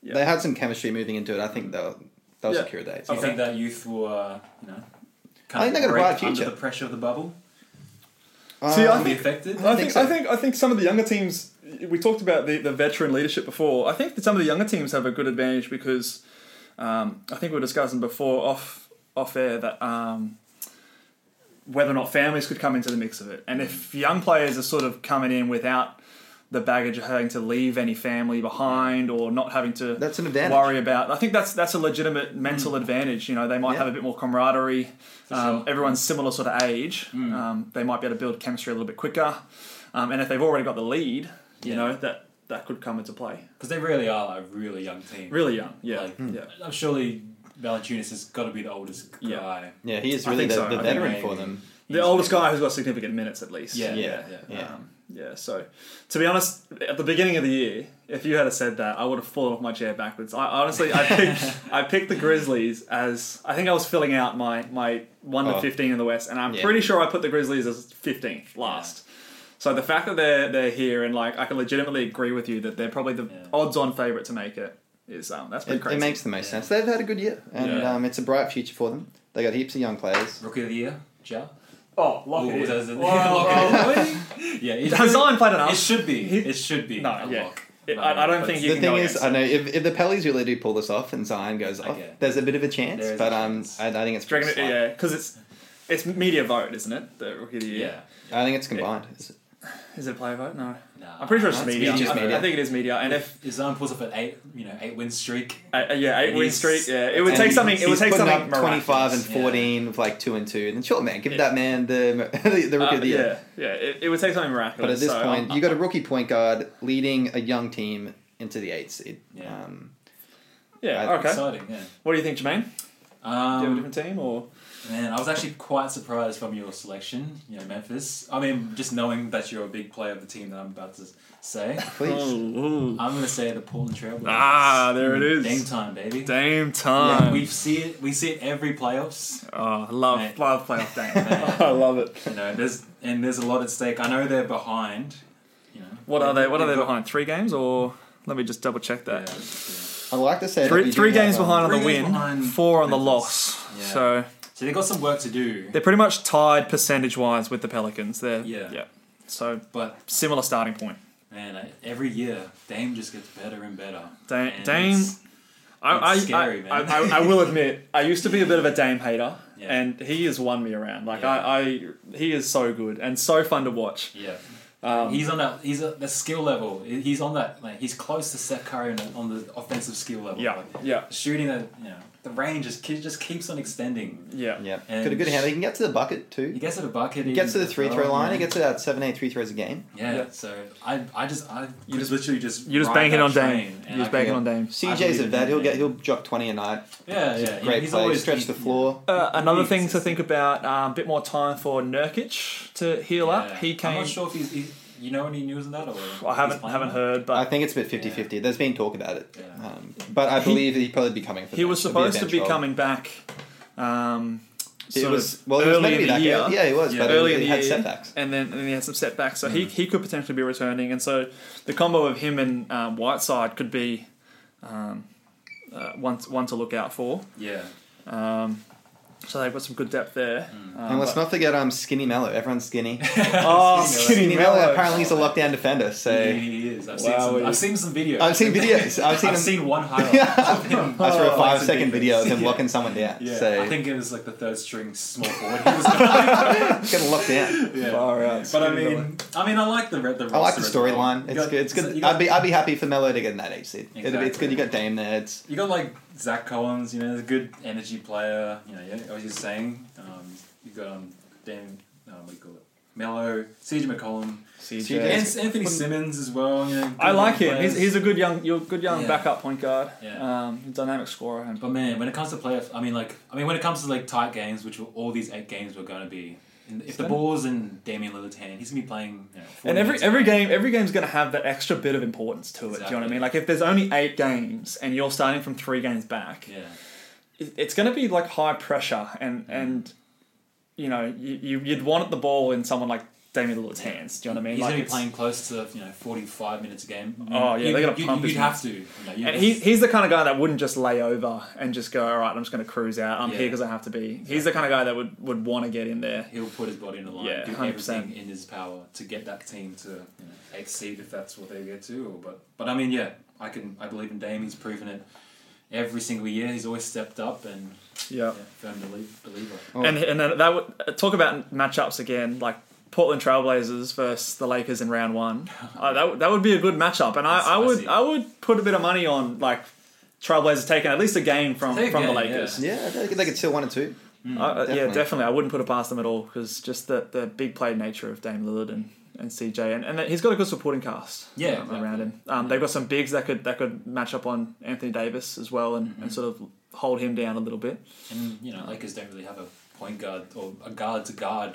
Yeah.
they had some chemistry moving into it. I think they'll they'll
Yeah.
secure that.
Do you
Okay.
think that youth will, uh, you know,
I think
kind
they
of
got a
break
bright future.
under the pressure of the bubble?
See, I
Um,
Be
think-
affected?
I
I
think
think
I
so.
think I think some of the younger teams we talked about the, the veteran leadership before. I think that some of the younger teams have a good advantage because um, I think we were discussing before off off air that um, whether or not families could come into the mix of it. And if young players are sort of coming in without the baggage of having to leave any family behind or not having to
That's an advantage.
worry about, I think that's that's a legitimate mental advantage. You know, they might
Yeah.
have a bit more camaraderie. Um,
sure.
Everyone's similar sort of age. Um, they might be able to build chemistry a little bit quicker. Um, and if they've already got the lead, you
Yeah.
know that that could come into play.
because they really are like, a really young team.
Really young, yeah,
Like,
yeah.
I'm surely Valanciunas has got to be the oldest guy.
Yeah.
Yeah, he is
I
really
think
the,
so. I
the
think
veteran
maybe.
for them.
the oldest guy who's got significant minutes at least.
Yeah,
Yeah,
yeah,
yeah.
yeah. Uh,
Um, yeah, so to be honest, at the beginning of the year, if you had said that, I would have fallen off my chair backwards. I honestly, I picked, I picked the Grizzlies as I think I was filling out my my one to
Oh.
fifteen in the West, and I'm
Yeah.
pretty sure I put the Grizzlies as fifteenth last. So the fact that they're they're here and like I can legitimately agree with you that they're probably the
Yeah.
odds-on favorite to make it is um that's pretty
It,
crazy.
it makes the most sense. They've had a good year, and
Yeah.
um, it's a bright future for them. They got heaps of young players.
Rookie of the year, Ja.
oh, lock
Ooh,
it
that's a-
in.
lock it in. Yeah, it's
Hassan played enough.
It should be.
He-
It should be.
No,
a
yeah.
lock.
It- I- I don't
but
think you
the
can
thing
go
is,
against
I know if, if the Pellies really do pull this off and Zion goes off,
yeah.
there's a bit of a chance.
There is a
But um,
chance.
I, I think it's
Do you reckon it-
slight.
yeah, because it's it's media vote, isn't it? The rookie of the year.
Yeah.
I think it's combined. Is it-
Is it player vote? No.
Nah.
I'm pretty sure it's
That's
media.
media.
I- I, think it is media. And if
If Zion pulls up an eight, you know, eight win streak,
uh, yeah, eight win
He's-
streak. Yeah, it would
and
take
he's-
something. It would
he's
take
putting
something.
up twenty-five and
miraculous.
yeah.
fourteen with like two and two. And then sure, man, give that man the the, the rookie
Uh,
of the year.
yeah, yeah. It, it would take something miraculous.
But at this
so,
point,
um,
you got a rookie point guard leading a young team into the eight seed.
Yeah.
Um,
yeah.
I-
Okay.
exciting. Yeah.
what do you think, Jermaine? Do you have a
Um,
different team or?
man, I was actually quite surprised from your selection. You know, Memphis. I mean, just knowing that you're a big player of the team that I'm about to say,
please.
I'm going to say the Portland Trailblazers.
Ah, there it is.
Hmm.
Game time, baby.
Dame
Yeah,
time.
we see it. We see it every playoffs.
oh, love,
Mate.
love playoff Dame.
Man,
I love it.
you know, there's and there's a lot at stake. I know they're behind. You know,
What are they? What are they
They've got-
behind? Three games or? Let me just double check
Yeah,
that.
yeah.
I'd like to say that
Three,
we
three
do have,
games
um,
behind on
Three
the
games
win,
behind
four on the
Memphis.
loss.
Yeah.
So
So they've got some work to do,
they're pretty much tied percentage wise with the Pelicans. They're
Yeah.
yeah. So
but
similar starting point.
man, I- every year Dame just gets better and better.
Dame-
And
Dame-
it's-
I,
It's
I,
scary,
I,
man.
I, I, I will admit, I used to be a bit of a Dame hater,
Yeah.
and he has won me around. Like
Yeah.
I, I, he is so good and so fun to watch.
yeah.
Um,
he's on that. He's at the skill level. He's on that. Like, he's close to Seth Curry on the, on the offensive skill level.
Yeah,
Like,
yeah.
Shooting the you know the range just ke- just keeps on extending.
Yeah,
Yeah,
And-
got a good handle. He can get to the bucket
He
too.
gets to the bucket.
He gets to the
as
three
well,
throw line.
yeah.
He gets about seven, eight three throws a game.
Yeah,
Yeah.
so I, I just, I you
just-
just literally just
you just
ride
bank it
that
on
train,
Dame.
and
You just
I
bank it
can-
on Dame.
CJ's a
believe
vet.
in
He'll
him.
get. He'll drop twenty a night.
Yeah, yeah,
Great
he's
play.
always
stretch
he-
the floor.
Uh, another
He's-
thing to think about: um, a bit more time for Nurkic to heal
Yeah.
up. He
I'm
came.
not sure if he's, he's you know any news on that or
I haven't
he's playing
haven't
that?
heard,
I
but
think it's about 50-50. There's been talk about it,
Yeah.
um, but I believe he, would probably be coming. For
he
the
was
bench. It'll a
supposed to
bench
be
role.
coming back. Um,
It
sort
was
of
well. He was
early
meant to be
in the
back.
year.
Yeah, he was.
Yeah.
But
early
he,
in the
he had
year,
setbacks. Mm.
and then and he had some setbacks. So he, he could potentially be returning, and so the combo of him and um, Whiteside could be um, uh, one one to look out for.
Yeah,
Um, so they've got some good depth there.
Mm.
Um,
And let's
but-
not forget, um, Skinny Mello. Everyone's skinny.
oh,
Skinny
skinny
Mello
Mello.
apparently he's a lockdown defender.
he,
So
he is. I've seen some.
Wowee.
I've seen some videos.
I've seen videos. I've seen
I've
him.
seen one highlight. of him.
I saw a five
Like,
second video of him
Yeah.
locking someone down.
Yeah,
So
I think it was like the third string small forward. He was going,
he's gonna lock down.
yeah.
Far out.
But I
Skinny Mello.
mean, I mean, I like the red. The
I like
roster
the
as well.
storyline.
You
It's
got-
good. It's
so
good.
you
I'd
got-
be I'd be happy for Melo to get in that eight seed. It'd be It's
Exactly.
good. You got Dame there. It's
You got like Zach Collins, you know, he's a good energy player. You know, yeah, as you were saying, um, you got um, Dan, um, what do you call it, Mello, CJ McCollum,
Yeah,
and
it's-
S- Anthony Simmons as well. You know, good
I like
young
him. He's,
players.
he's a good young, you're a good young
Yeah.
backup point guard,
Yeah.
um, dynamic scorer. And,
but man, when it comes to playoff, I mean, like, I mean, when it comes to like tight games, which were, all these eight games were going to be, and if the ball's in Damian Lillard's hand, he's gonna be playing. You know, 40
and every
minutes.
every game, every game's going to have that extra bit of importance to it. Do you know what I
Exactly.
mean? Like if there's only eight games and you're starting from three games back,
yeah,
it- it's going to be like high pressure and
Mm.
and you know you, you you'd want the ball in someone like Damian Lillard's hands. Do you know what I mean?
he's
like
gonna be
it's-
playing close to you know forty five minutes a game. Mm.
Oh, yeah,
you,
they're gonna
you,
pump
You'd
his
have to. You know, you
And he, he's the kind of guy that wouldn't just lay over and just go, all right, I'm just going to cruise out. I'm here 'cause
Yeah.
here because I have to be. He's the kind of guy that would, would want to get in there.
he'll put his body in the line,
Yeah,
do
100%.
everything in his power to get that team to you know, exceed if that's what they get to. Or, but but I mean, yeah, I can I believe in Dame. He's proven it. every single year he's always stepped up and yeah,
Yeah.
firm believe, believer.
And and then that would uh, talk about matchups again, like Portland Trailblazers versus the Lakers in round one. Uh, that would- that would be a good matchup, and I, I would
Spicy.
I would put a bit of money on like Trailblazers taking at least a game from
Take a
from the
game,
Lakers.
yeah.
Yeah, they could, they could still one or two.
I- I- yeah,
definitely.
definitely. I wouldn't put it past them at all because just the, the big play nature of Dame Lillard and, and CJ, and, and he's got a good supporting cast.
Yeah,
um,
exactly.
around him. Um, they've got some bigs that could that could match up on Anthony Davis as well and,
Mm-hmm.
and sort of hold him down a little bit.
And you know, Lakers don't really have a point guard or a guard to guard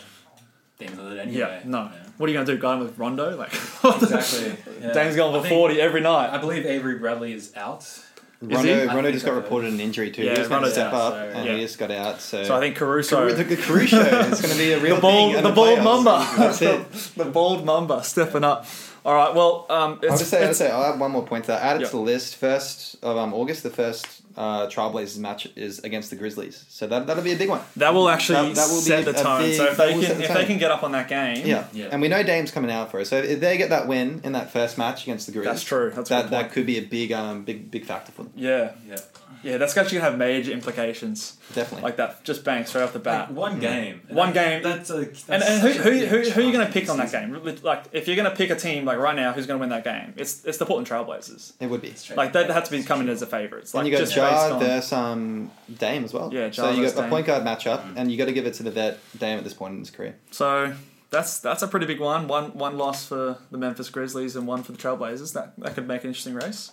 Dame Lillard anyway.
Yeah, no.
you know.
What are you going to do, guy with Rondo? Like,
Exactly. Yeah.
Dame's going
I
for
think-
forty every night.
I believe Avery Bradley is out.
he?
Rondo,
I
Rondo
think
just got
I've heard.
reported an injury too.
Yeah,
he was going to
Rondo's
step
out,
up,
so-
and
yeah.
he just got out. So,
so I think Caruso,
Caru- the, the Caruso, it's going to be a real
the bald,
thing in
the bald
playoffs.
mumba,
That's it.
the bald mumba stepping up. All right, well, um, it's,
I'll just say, I'll
it's-
say, I'll add one more point to that. Added
Yep.
to the list, first of um, August, the first uh, Trailblazers match is against the Grizzlies, so that that'll be a big one.
that will actually
That- that will be
set the
a
tone.
big-
so if
that
they
will set
can
the
if they
tone.
can get up on that game,
Yeah.
Yeah.
and we know Dame's coming out for us, so if they get that win in that first match against the Grizzlies,
That's true. That's a good
that that
point.
could be a big um big big factor for them.
yeah,
Yeah.
yeah, that's actually gonna have major implications.
Definitely.
like that, just bang straight off the bat.
Like one game.
One
Mm. That-
game.
That's a. That's
and, and who,
such a
who, who,
big
who are you going to
chunk
pick on
of
that game? Like, if you're going to pick a team, like right now, who's going to win that game? It's it's the Portland Trailblazers.
It would be.
season.
Like, they had to be coming in as the favourites. Like,
and you got
just based
Jar
on-
versus um, Dame as well.
Yeah,
so
Jar
you got
versus
a
Dame.
point guard matchup,
Mm.
and you got to give it to the vet Dame at this point in his career.
So that's that's a pretty big one. One one loss for the Memphis Grizzlies and one for the Trailblazers. That that could make an interesting race.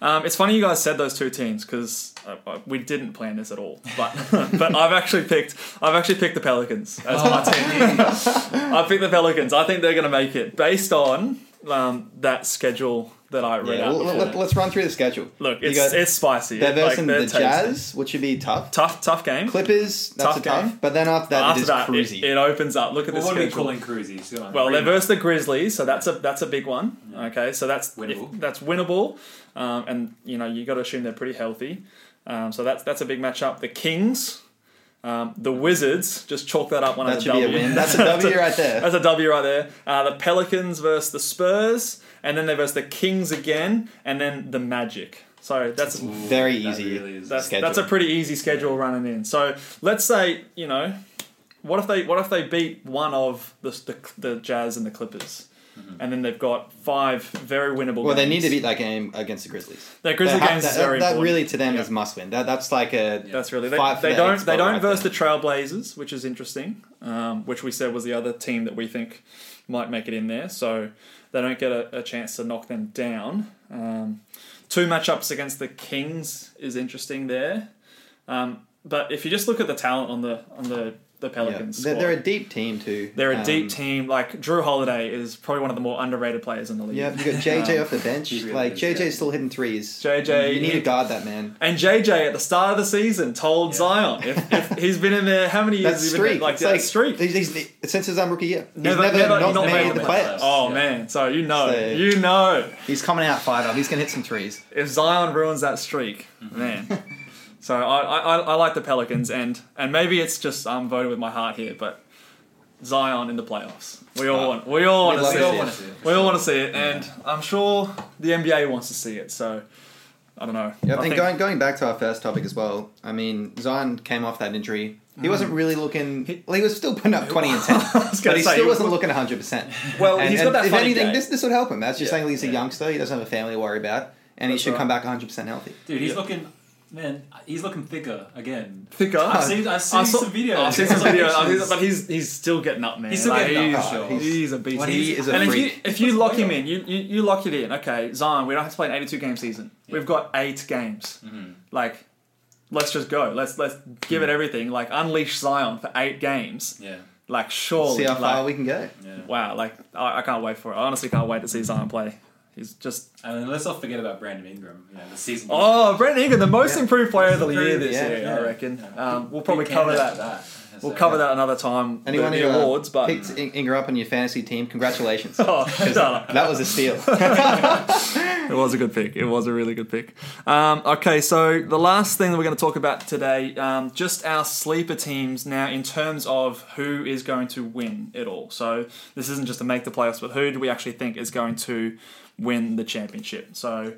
Um, it's funny you guys said those two teams because uh, uh, we didn't plan this at all. But but I've actually picked I've actually picked the Pelicans as my team.
Oh,
I picked the Pelicans. I think they're going to make it based on um, that schedule that I read
Yeah,
out.
well,
before.
let, us run through the schedule.
Look,
You
it's
got-
it's spicy.
they're
Like,
versing
they're
the
tasty.
Jazz, which would be tough.
Tough tough game.
Clippers, that's
Tough
a tough.
game.
But then after that, it
After
is
that, it,
cruisy.
it opens up. Look at
Well,
this
what are we
schedule.
calling Cruzy? So,
Well, they
Remo.
verse the Grizzlies, so that's a that's a big one. Okay, so that's
Winnable.
if- that's winnable, um, and you know you got to assume they're pretty healthy. Um, so that's that's a big matchup. The Kings, um, the Wizards, just chalk that up one
that
as
should be a win. That's a W right there.
That's a W right there. Uh, the Pelicans versus the Spurs, and then they versus the Kings again, and then the Magic. So that's
Very
That
easy.
really is-
that's,
schedule.
that's a pretty easy schedule running in. So let's say you know, what if they what if they beat one of the the, the Jazz and the Clippers, and then they've got five very winnable.
Mm-hmm. Well,
games.
they need to beat that game against the Grizzlies.
Their Grizzly
They have-
games
that,
is very
that
important.
really to them
Yeah.
is must win. That that's like a
That's really they,
fight for
they
the
don't
eighth
they
spot
don't
right
verse
there.
the Trailblazers, which is interesting, um, which we said was the other team that we think might make it in there. So they don't get a, a chance to knock them down. Um, two matchups against the Kings is interesting there, um, but if you just look at the talent on the on the the
Yeah.
Pelicans,
They're,
squad,
they're a deep team too.
they're a deep
Um,
team. Like Drew Holiday is probably one of the more underrated players in the league.
Yeah, you got JJ off the bench.
he really
like
is,
JJ's
yeah.
still hitting threes.
JJ
you need to guard that man.
And JJ at the start of the season told
Yeah.
Zion if, if he's been in there how many years
That
has he
streak,
been in there? like
it's
that streak
He's, he's, since his um, rookie year, he's
Never-
never,
never-
not,
not
made
made
the
the
playoffs.
Oh
Yeah.
man, so you know,
So-
you know,
He's coming out fired up. He's gonna hit some threes.
if Zion ruins that streak,
Mm-hmm.
man. so I, I, I- I like the Pelicans, and and maybe it's just I'm voting with my heart here, but Zion in the playoffs, we all want, we all want to
Ah, love
see
to
it,
see
wanna see it.
we all want to see it, and I'm sure the NBA wants to see it. So I don't know.
Yep.
I
And
think
going going back to our first topic as well. I mean, Zion came off that injury. He wasn't really looking. He, well, he was still putting up twenty and ten,
gonna
but he
say,
still
he-
wasn't looking one hundred percent.
well,
And,
he's
and
got that
if
funny
anything,
game.
this this would help him. That's just
Yeah.
saying he's a youngster. He doesn't have a family to worry about, and
That's
he should
right.
come back one hundred percent healthy.
Dude, he's
Yeah.
looking. Man, he's looking thicker again.
Thicker.
I've seen, I've seen
I saw-
some videos.
I've seen some
Like,
video, I've seen-
pictures.
but he's he's still getting up, man.
He's still getting up,
he's-
for sure.
He's, a beast.
Well, he
is a
and
freak.
if you if you
That's
lock him
wild.
in, you, you you lock it in. Okay, Zion, we don't have to play an eighty-two game season. We've got eight games.
Mm-hmm.
Like, let's just go. Let's let's give it everything. Like, unleash Zion for eight games.
yeah.
Like, surely.
See how
like,
far we can go.
Wow, like I, I can't wait for it. I honestly can't wait to see Zion play. He's just
And then let's not forget about Brandon Ingram. You know, the season.
oh, Brent Egan, the most improved player of the year
improved,
this
yeah,
year,
yeah.
I reckon.
Yeah.
Um, we'll probably
Big
cover
candidate
that.
for that.
We'll cover that another time.
Anyone
the,
who
the
uh,
awards, but
picked In- Inger up on your fantasy team, congratulations.
Oh, shut up.
That was a steal.
It was a good pick. It was a really good pick. Um, okay, so the last thing that we're going to talk about today, um, just our sleeper teams now in terms of who is going to win it all. So this isn't just to make the playoffs, but who do we actually think is going to win the championship? So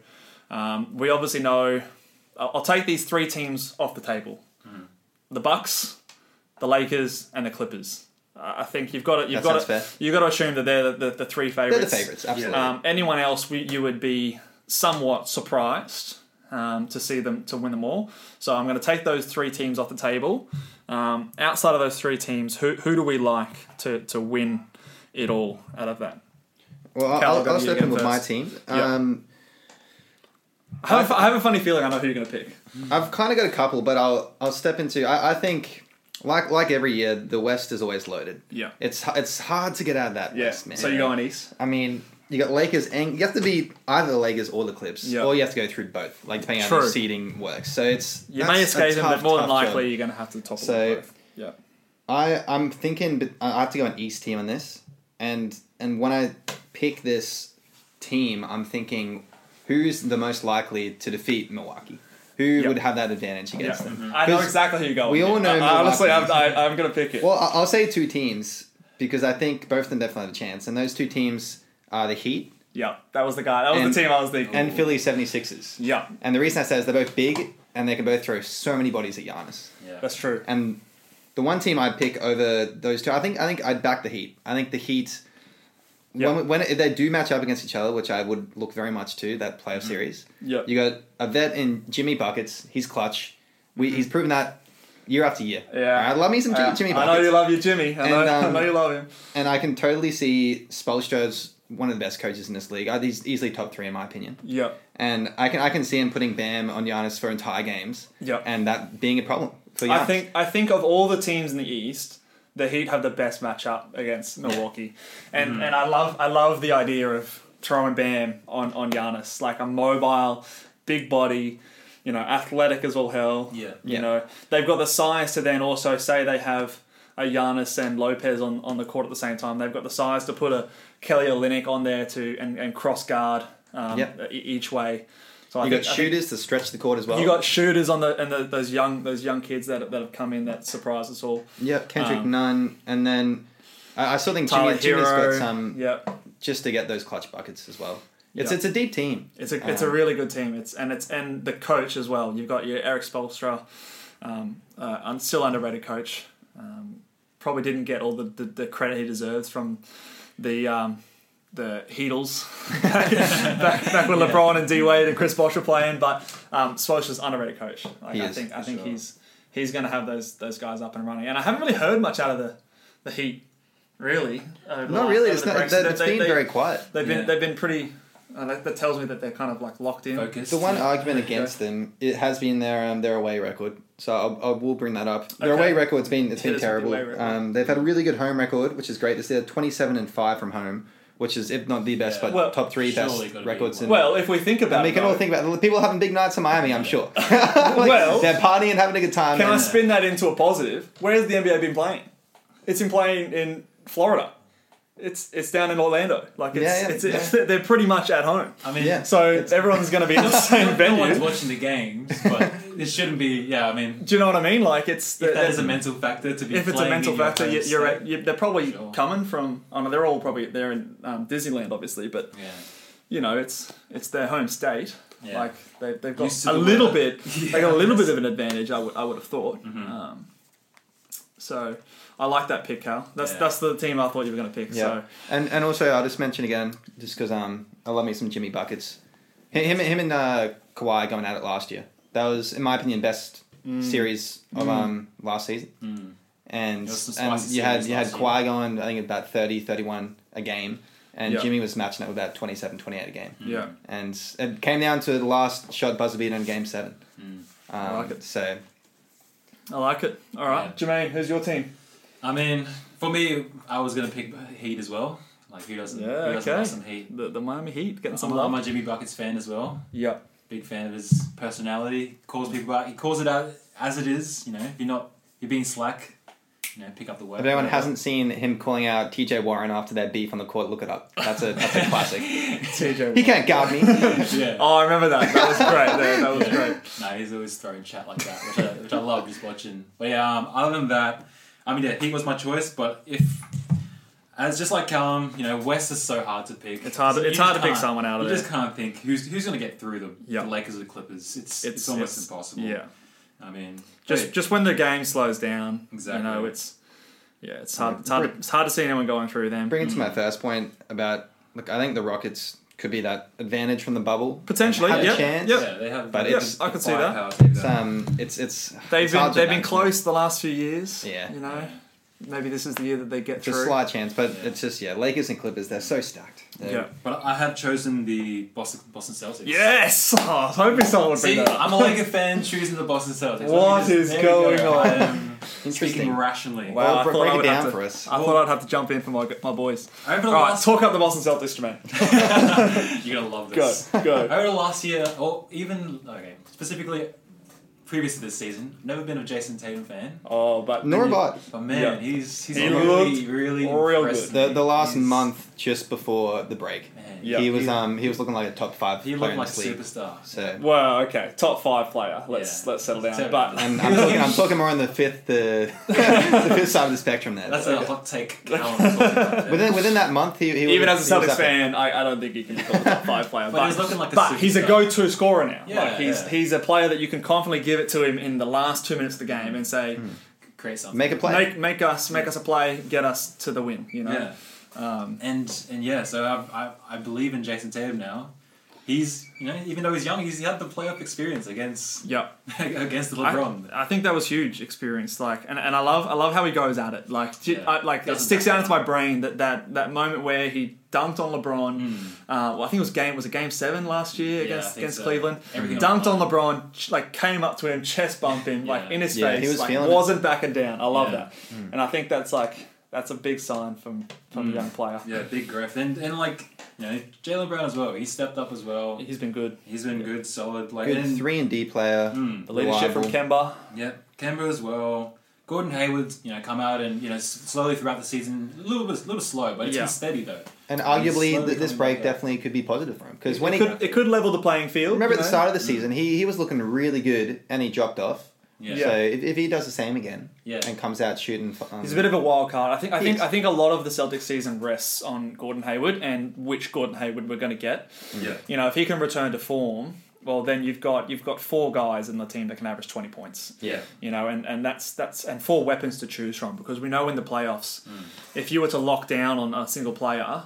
um, we obviously know I'll I'll take these three teams off the table:
Mm-hmm.
the Bucks, the Lakers, and the Clippers. I I think you've got to, you've
That
got to,
sounds fair.
you've got to assume that they're the, the, the three favorites.
They're the favorites, absolutely.
Um, anyone else, we, you would be somewhat surprised um, to see them to win them all. So I'm going to take those three teams off the table. Um, outside of those three teams, who who do we like to to win it all out of that?
well, I'll,
Cal,
I'll,
go
I'll
to you
step
again
in with my
first.
team. Um,
I have, a fu- I have a funny feeling I know who you're going to pick.
I've kind of got a couple, but I'll I'll step into. I, I think like like every year, the West is always loaded.
Yeah.
it's it's hard to get out of that
Yeah.
West, man.
So you're going East.
I mean, you got Lakers and you have to be either the Lakers or the Clips,
Yeah.
or you have to go through both, like depending on
True.
how the seeding works. So it's
You
that's
may
a
escape them, but
tough,
more than
tough job.
likely you're going to have to top them
So-
both. Yeah.
I I'm thinking, but I have to go an East team on this, and and when I pick this team, I'm thinking who's the most likely to defeat Milwaukee? Who
Yeah.
would have that advantage against them?
Mm-hmm. I know
'Cause-
exactly who you're going.
we all
with.
know
I- I, honestly, I'm,
Milwaukee.
I, I'm going to pick it.
Well, I- I'll say two teams because I think both of them definitely have a chance, and those two teams are the Heat
yeah, that was the guy. That was
And-
the team I was thinking.
and Philly 76ers.
yeah,
And the reason I say is they're both big and they can both throw so many bodies at Giannis.
Yeah.
that's true.
And the one team I'd pick over those two, I think I think I'd back the Heat. I think the Heat
Yeah.
when, when if they do match up against each other, which I would look very much to that playoff
Mm-hmm.
series.
Yeah.
You got a vet in Jimmy Buckets. He's clutch. We, he's proven that year after year.
Mm-hmm. Yeah.
I love me some Jimmy, Jimmy
I
Buckets.
know you love your Jimmy. I know,
And,
I
um,
know you love him.
and I can totally see Spolstra's one of the best coaches in this league. I- He's easily top three in my opinion.
Yeah.
And I can I can see him putting Bam on Giannis for entire games.
Yeah.
And that being a problem for Giannis.
I think I think of all the teams in the East, the Heat have the best matchup against Milwaukee, and and I love I love the idea of throwing Bam on on Giannis, like a mobile, big body, you know, athletic as all hell.
Yeah.
you
Yeah.
know, they've got the size to then also say they have a Giannis and Lopez on on the court at the same time. They've got the size to put a Kelly Olynyk on there to and, and cross guard um,
Yep.
e- each way. So I
you
think,
got
I think-
shooters to stretch the court as well.
you got shooters on the and the, those young those young kids that that have come in that surprise us all.
Yep, Kendrick
Um,
Nunn, and then I, I still think
Tyler
Jimmy, Jimmy's
Hero.
got some
Yeah,
just to get those clutch buckets as well. It's
Yeah.
it's a deep team.
it's a it's a
Um,
really good team. It's and it's and the coach as well. You've got your Eric Spolstra, um, uh, un- still underrated coach. Um, probably didn't get all the, the, the credit he deserves from the um, the Heatles back, back when LeBron and D Wade and Chris Bosh were playing. But um, Spolstra's underrated coach. Like,
He
I
is,
think I
for
think
sure.
he's he's going to have those those guys up and running. And I haven't really heard much out of the the Heat. Really? over the
Not
last-
really.
over
It's
uh, the
not.
break.
It's,
So
it's
they-
been
they-
very quiet.
They've been
Yeah.
they've been pretty. Uh, that, that tells me that they're kind of like locked in.
Focused.
The one
yeah.
argument against them it has been their um, their away record. So I'll, I will bring that up. Their
Okay.
away record's been it's
Hit us
been
with the
terrible.
away record.
Um, they've had a really good home record, which is great to see. They're twenty seven and five from home, which is if not the best,
Yeah.
but
Well,
top three best
surely gotta be
records.
one.
In,
Well, if we think about,
and we
it,
can all
though,
think about people having big nights in Miami. I'm sure.
Well-
well, they're partying, and having a good time.
Can I
and-
spin that into a positive? Where's the NBA been playing? It's been playing in Florida. It's it's down in Orlando. Like it's,
Yeah, yeah,
it's, it's they're pretty much at home.
I mean,
Yeah.
So everyone's going to be in the same
no one's
venue.
watching the games, but it shouldn't be. Yeah, I mean,
Do you know what I mean? Like it's
if that is a mental factor to be.
if it's a
playing
mental
in your
factor,
home
you- you're,
state.
at, you they're probably
Sure.
coming from. I mean, they're all probably they're in um, Disneyland, obviously, but
Yeah.
you know, it's it's their home state.
Yeah.
Like they, they've got
Used to
a
the
little
weather.
bit, they got a little bit of an advantage. I would I would have thought.
Mm-hmm.
Um, so I like that pick, Cal. That's
Yeah.
that's the team I thought you were going to pick.
Yeah,
So
and and also I'll just mention again, just because um, I love me some Jimmy buckets. Hi- Him him and uh, Kawhi going at it last year. That was, in my opinion, best
Mm.
series of um last season. And,
There Mm. was some
and
spicy
you had
series
you had
last
Kawhi going, I think about 30, 31 a game, and
Yeah.
Jimmy was matching it with about 27, 28 a game.
yeah,
And it came down to the last shot buzzer beater in game seven. Um,
I like it.
So
I like it. All right, Jermaine, who's your team?
I mean, for me, I was gonna pick Heat as well. Like who doesn't?
Yeah,
who doesn't
okay.
love some Heat?
The, the Miami Heat getting some
I'm, I'm
love.
a Jimmy Buckets fan as well.
Yeah,
Big fan of his personality. Calls people out. He calls it out as it is. You know, if you're not, you're being slack. You know, pick up the work.
if anyone hasn't seen him calling out TJ Warren after their beef on the court, look it up. That's a that's a classic.
TJ.
He can't guard me.
yeah.
Oh, I remember that. That was great. That, that was great.
No, he's always throwing chat like that, which I, which I love just watching. But yeah, um, other than that, I mean, yeah, he was my choice. But if And it's just like um, you know, West is so hard to pick.
It's hard-
You
it's
just
hard to pick
can't-
someone out of
You
there.
just can't think who's who's going to get through the,
Yeah.
the Lakers or the Clippers. It's it's, almost impossible.
Yeah,
I mean,
just
hey,
just when the game slows down,
Exactly.
You know, it's yeah, it's hard. It's hard, to, it's hard to see anyone going through them.
Bringing to my first point about look, I think the Rockets could be that advantage from the bubble
Potentially,
Have a
yep,
chance.
yep.
yeah, they have.
But
the-
it's-
the
I could see
firepower
that.
to do
It's, um, it's it's
They've
it's
been
hard to
they've been
back-
close the last few years.
Yeah.
you know,
Yeah.
maybe this is the year that they get
It's a
through.
slight chance, but it's just yeah, Lakers and Clippers. They're so stacked. They're-
Yeah.
But I have chosen the Boston Boston Celtics.
Yes, oh, I was hoping someone would
See,
bring that. up.
I'm a Laker fan choosing the Boston Celtics.
What
Let me
is
there we go.
going on?
I am
interesting.
speaking rationally.
Wow,
Well,
I
bre-
thought I
break it
would have
down
to-
for us.
I thought I'd have to jump in for my my boys.
Over the
All right,
last,
talk up the Boston Celtics to me.
you're gonna love
Go,
this.
go.
Over the last year, or even okay, specifically previous to this season, never been a Jason Tatum fan.
Oh, but
Nor
you-
have I.
But man,
Yeah.
he's he's
He
really
looked
really
real
impressed
good.
The
me.
the last
He's-
month just before the break,
Man,
Yeah.
he was
he-
um he was looking like a top five
he
player
looked
in
like a
this league.
superstar.
So
Well, okay, top five player. Let's
Yeah.
let's settle down.
Settle
But
down.
I'm, I'm, talking, I'm talking more on the fifth the, the fifth side of the spectrum there.
That's a hot take. column.
within within that month, he, he
even
was,
as a
he was
Celtics
up there.
fan, I, I don't think he can be called a top five player.
But he's looking like a
but he's a
superstar.
go-to scorer now.
Yeah,
like he's
yeah.
he's a player that you can confidently give it to him in the last two minutes of the game and say,
create something.
make a play.
make make us make us a play, get us to the win. You know.
Yeah. Um, and and yeah, so I, I I believe in Jason Tatum now. He's you know even though he's young, he's had the playoff experience against
Yep.
against the
I,
LeBron.
I think that was huge experience. Like, and, and I love I love how he goes at it. Like, j-
Yeah.
I, like it
Doesn't
sticks
back
out into
down.
my brain that, that that moment where he dunked on LeBron. Uh, well, I think it was game was it game seven last year
Hmm. Yeah, I
against
think
against
so.
Cleveland.
Everything
dunked on
on
LeBron, ch- like came up to him, chest bumping, like
Yeah.
in his
Yeah,
face.
he was
like,
feeling it. Hmm.
wasn't backing down. I love
Yeah.
that, and I think that's like that's a big sign from from a young player.
Hmm. yeah, big growth and and like you know Jalen Brown as well. He stepped up as well.
He's been good.
He's been good, solid. Like
good
and,
three and D player.
The leadership from Kemba.
Yeah, Canberra as well. Gordon Hayward's you know come out and you know s- slowly throughout the season, a little bit, little bit slow, but it's
Yeah.
been steady though.
and
He's
arguably
slowly
th- this
coming
break
back up.
definitely could be positive for him because when
It
he
could it could level the playing field.
remember
you
at the
know?
start of the season, he he was looking really good and he dropped off.
Yeah.
So if, if he does the same again
Yeah.
and comes out shooting, um,
He's a bit of a wild card. I think. I think.
Yes.
I think a lot of the Celtics season rests on Gordon Hayward and which Gordon Hayward we're going to get.
Yeah.
You know, if he can return to form, well, then you've got you've got four guys in the team that can average twenty points.
Yeah.
You know, and, and that's that's and four weapons to choose from because we know in the playoffs,
Mm.
if you were to lock down on a single player,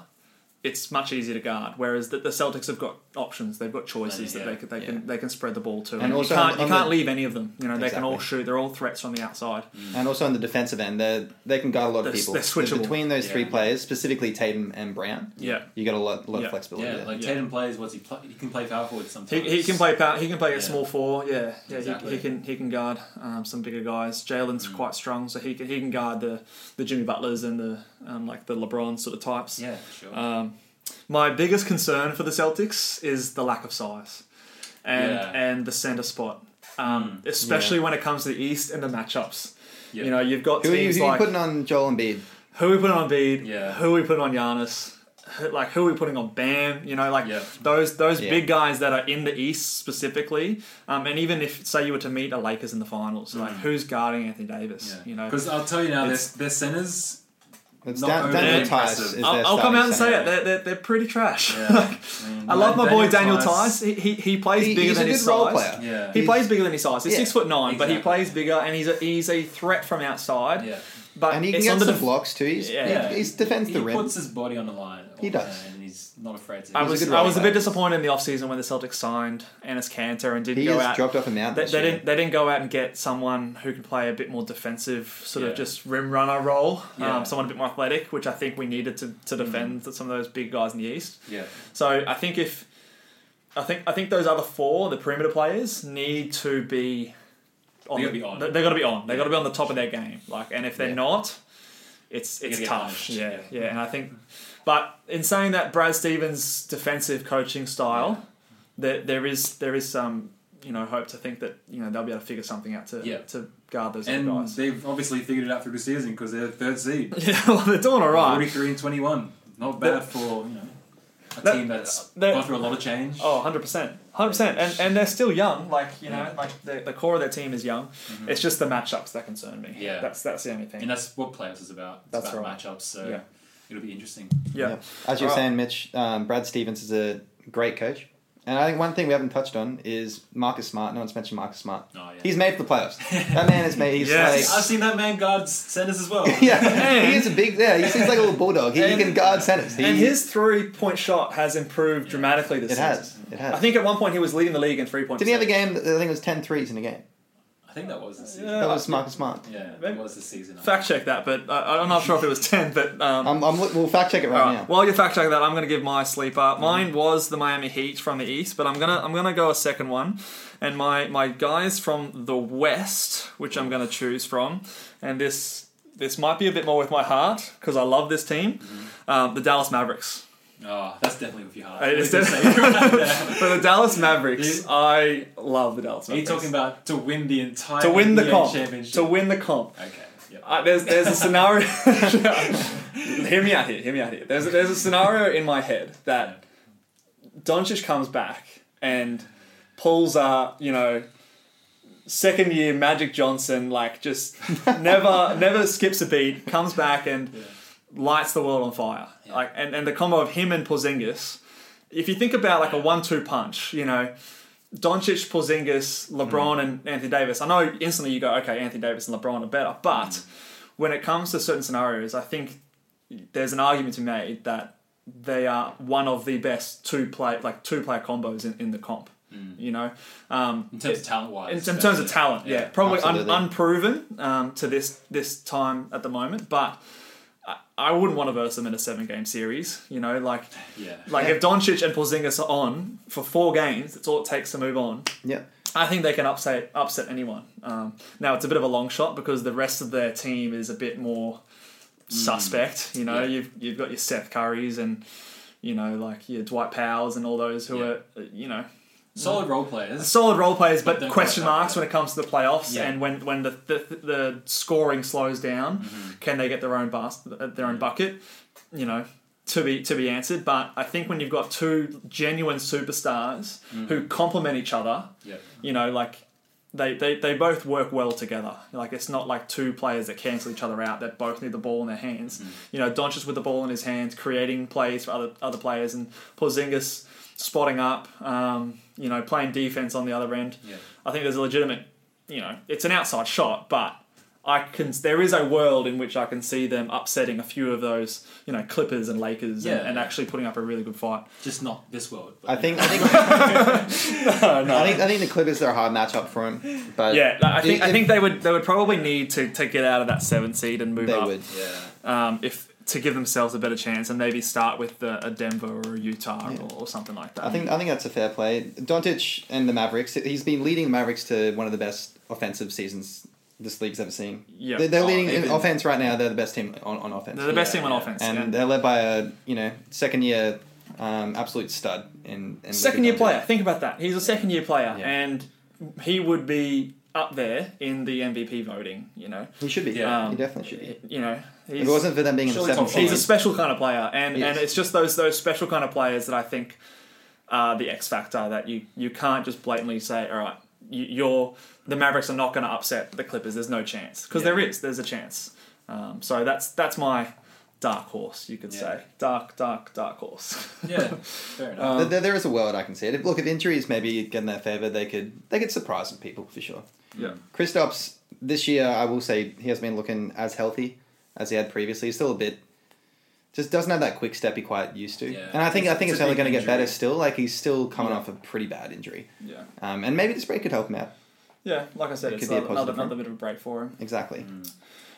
it's much easier to guard. Whereas the, the Celtics have got options; they've got choices
Yeah,
that they can, they
yeah.
can they can spread the ball to. And,
also
you
on-
can't you
on
can't
the-
leave any of them. You know, they can all
Exactly.
shoot. They're all threats from the outside.
Mm.
and also on the defensive end, they they can guard a lot of
They're-
people.
they're
So
switchable.
between those three
Yeah.
players, specifically Tatum and Brown,
Yeah.
you got a lot, lot
Yeah.
of flexibility.
Yeah,
there.
like
Yeah.
Tatum plays. What's he play? He can play power forward sometimes.
He, he can play power, he can play a
Yeah.
small four yeah yeah
Exactly. Mm.
he, he can he can guard um, some bigger guys Jalen's quite strong so he can, he can guard the the Jimmy Butlers and the um, like the LeBron sort of types
Yeah, for sure.
um, my biggest concern for the Celtics is the lack of size and
Yeah. Mm.
and the center spot um, especially when it comes to the East and the matchups
Yeah.
you know you've got
who are you,
teams
who are you
like
putting on Joel Embiid?
who are we putting on Bede?
Yeah.
Who are we putting on Giannis? Who- Like who are we putting on Bam? You know, like
Yeah.
those those
Yeah.
big guys that are in the East specifically. Um, and even if say you were to meet a Lakers in the finals,
Mm.
like who's guarding Anthony Davis? You know,
because I'll tell you now, their
it's-
their centers.
It's
Not
Dan,
only
Daniel Tice.
impressive.
Is
I'll,
their
I'll come
starting
out and say
center.
it. They're, they're, they're pretty trash.
Yeah, mean,
I love my boy
Daniel
Daniel Tice. He, he, he plays
He-
bigger
he's a
than his
good role
size.
player.
Yeah.
He
He's-
plays bigger than his size. He's
Yeah.
six foot nine, but he
Exactly.
plays bigger, and he's a he's a threat from outside.
Yeah.
But
and he can
it's
get
under
some
the
blocks too. He's,
Yeah.
yeah. he's defends
he
the rim.
puts his body on the line. all
He
the
does.
time, and he's not afraid to.
I
He's a
was
good
I was a
running
bit
back.
disappointed in the offseason when the Celtics signed Ennis Cantor and didn't
He
go
has
out.
dropped off a mountain
They,
this
they
year.
didn't they didn't go out and get someone who can play a bit more defensive, sort
Yeah.
of just rim runner role,
Yeah.
um, someone a bit more athletic, which I think we needed to, to
Mm.
defend some of those big guys in the East.
yeah,
So I think if I think I think those other four, the perimeter players, need to be on.
They gotta
the-
be on.
They, they got to be on. They got to be on the top of their game. Like, and if they're
Yeah.
not, it's it's
gonna get
tough.
punished.
Yeah, yeah, And I think, but in saying that, Brad Stevens' defensive coaching style, there there is there is some you know hope to think that you know they'll be able to figure something out to
Yeah.
to guard those
and
other guys.
they've obviously figured it out through the season because they're third seed,
yeah, well, they're doing all right.
forty-three and twenty-one. Not bad
That-
for you know a
that-
team that's
that-
gone through a lot of change.
Oh, 100%. 100%. And, and they're still young. Like, you know, like the, the core of their team is young. It's just the matchups that concern me.
Yeah.
That's that's the only thing.
and that's what playoffs is about. It's
That's
about
right.
matchups. So
Yeah.
it'll be interesting.
Yeah.
As you were
Alright.
saying, Mitch, um, Brad Stevens is a great coach. And I think one thing we haven't touched on is Marcus Smart. No one's mentioned Marcus Smart.
Oh, yeah.
He's made for the playoffs. that man is made. He's
Yes.
like.
I've seen that man guard centers as well.
Yeah, he is a big. Yeah, he seems like a little bulldog. He,
And-
he can guard centers. He,
And his three point shot has improved dramatically this
it
season.
has. It has.
I think at one point he was leading the league in three point.
Didn't he have a game? that- I think it was 10 threes in a game.
I think that was the season.
Yeah.
That was Marcus Smart.
Yeah, that
Maybe-
was the season.
Fact check that, but I, I'm not sure if it was ten. But um,
I'm, I'm, we'll fact check it right,
All right,
now.
While you're fact checking that, I'm going to give my sleeper. Mine was the Miami Heat from the East, but I'm gonna I'm gonna go a second one, and my my guys from the West, which I'm going to choose from, and this this might be a bit more with my heart because I love this team,
Mm-hmm.
um, the Dallas Mavericks.
Oh, that's definitely with your heart.
It is
You're
But the Dallas
You-
Mavericks, I love the Dallas Mavericks.
talking about to win the entire
to win the
NBA
comp?
championship?
To win the comp.
Okay. Yep.
Uh, there's there's a scenario. hear me out here. Hear me out here. There's a, there's a scenario in my head that Doncic comes back and pulls a you know second year Magic Johnson like just never never skips a beat. Comes back and lights the world on fire. Like and, and the combo of him and Porzingis. If you think about like a one two punch, you know. Doncic, Porzingis, LeBron, and Anthony Davis. I know instantly you go, okay, Anthony Davis and LeBron are better, but when it comes to certain scenarios, I think there's an argument to be made that they are one of the best two play like two player combos in, in the comp. You know, um,
In terms of talent wise.
in, in terms of talent, yeah, probably un,
absolutely.
unproven um, to this this time at the moment, but. I- I wouldn't want to verse them in a seven-game series, you know. Like,
Yeah.
like if Doncic and Porzingis are on for four games, that's all it takes to move on.
Yeah.
I think they can upset upset anyone. Um, now it's a bit of a long shot because the rest of their team is a bit more suspect. You know,
Hmm. Yeah.
you've you've got your Seth Currys and you know like your Dwight Powers and all those who
Yeah.
are uh, you know
Solid role players.
solid role players,
But
but,
don't
question
quite have
marks
that.
when it comes to the playoffs
Yeah.
and when when the, the the scoring slows down,
Mm-hmm.
can they get their own bas- uh, their own bucket? You know. To be to be answered, but I think when you've got two genuine superstars
Mm-hmm.
who complement each other,
Yep.
you know, like they, they, they both work well together. Like it's not like two players that cancel each other out that both need the ball in their
Mm.
hands. You know, Doncic with the ball in his hands, creating plays for other other players, and Porzingis spotting up. Um, you know, playing defense on the other end.
Yeah.
I think there's a legitimate. You know, it's an outside shot, but I can. There is a world in which I can see them upsetting a few of those. You know, Clippers and Lakers, and,
Yeah.
and actually putting up a really good fight.
Just not this world. But
I think I think, I think I think the Clippers are a hard matchup for him. But
Yeah, like, I think
if-
I think they would they would probably need to, to get out of that seven seed and move
they
up
would.
Yeah.
Um, if to give themselves a better chance and maybe start with the, a Denver or a Utah or, or something like that.
I think I think that's a fair play. Doncic and the Mavericks. He's been leading the Mavericks to one of the best offensive seasons this league's ever seen.
Yeah.
they're, they're
Oh,
leading
they've
in
been-
offense right now. They're the best team on, on offense,
they're the best
Yeah,
team on
yeah.
offense.
and
yeah.
they're led by a you know second year um, absolute stud in, in
second year
Doncic.
player. Think about that. He's a second year player
Yeah.
and he would be up there in the MVP voting. You know,
He should be.
Yeah.
he definitely should be.
you know. He's,
If it wasn't for them being in the
Surely
seventh
top five.
he's
seed,
a special kind of player, and
Yes.
and it's just those those special kind of players that I think are the X factor that you you can't just blatantly say, all right, you, you're the Mavericks are not going to upset the Clippers. There's no chance because
Yeah.
there is. There's a chance. Um, so that's that's my dark horse, you could
Yeah.
say. Dark, dark, dark horse.
Yeah. Fair enough.
There- there, there is a world I can see it. If, look, if injuries maybe get in their favor, they could they could surprise some people for sure.
yeah.
Kristaps this year, I will say he has been looking as healthy as he had previously. He's still a bit just doesn't have that quick step he quite used to.
Yeah.
And I think I
It's-
think
it's
it's,
a
only
big
going to get
injury.
better still. Like he's still coming off a pretty bad injury.
Yeah.
Um, and maybe this break could help him out.
Yeah, like I said,
It
it's
could be a
another, another,
positive for him.
another bit of a break for him.
Exactly.
Mm.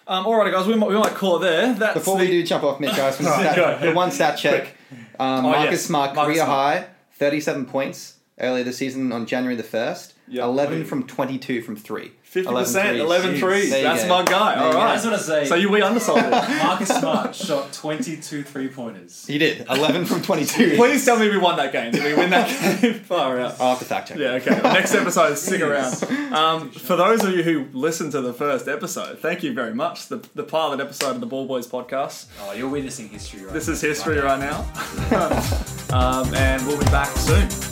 Um, all right, guys, we might, we might call it there. That's
Before
the,
we do jump off mid guys, from the,
Go.
stat, the one stat check. Um,
Oh,
Marcus
yes.
Smart,
Marcus
career
Smart.
high, 37 points earlier this season on January the 1st.
Yeah.
11 from 22 from 3.
50%, 11
Jeez.
threes.
There you
That's
go.
my guy.
There
All
you go.
I
right.
just want to say
So you we undersold it.
Marcus Smart shot 22 three pointers.
He did. 11 from 22.
Please tell me we won that game. Did we win that game? Far out.
I'll have to fact check.
Yeah, okay. Next episode, stick around. Um, for those of you who listened to the first episode, thank you very much. The, the pilot episode of the Ball Boys podcast.
Oh, you're witnessing history right
This
now.
is history right now. um, and we'll be back soon.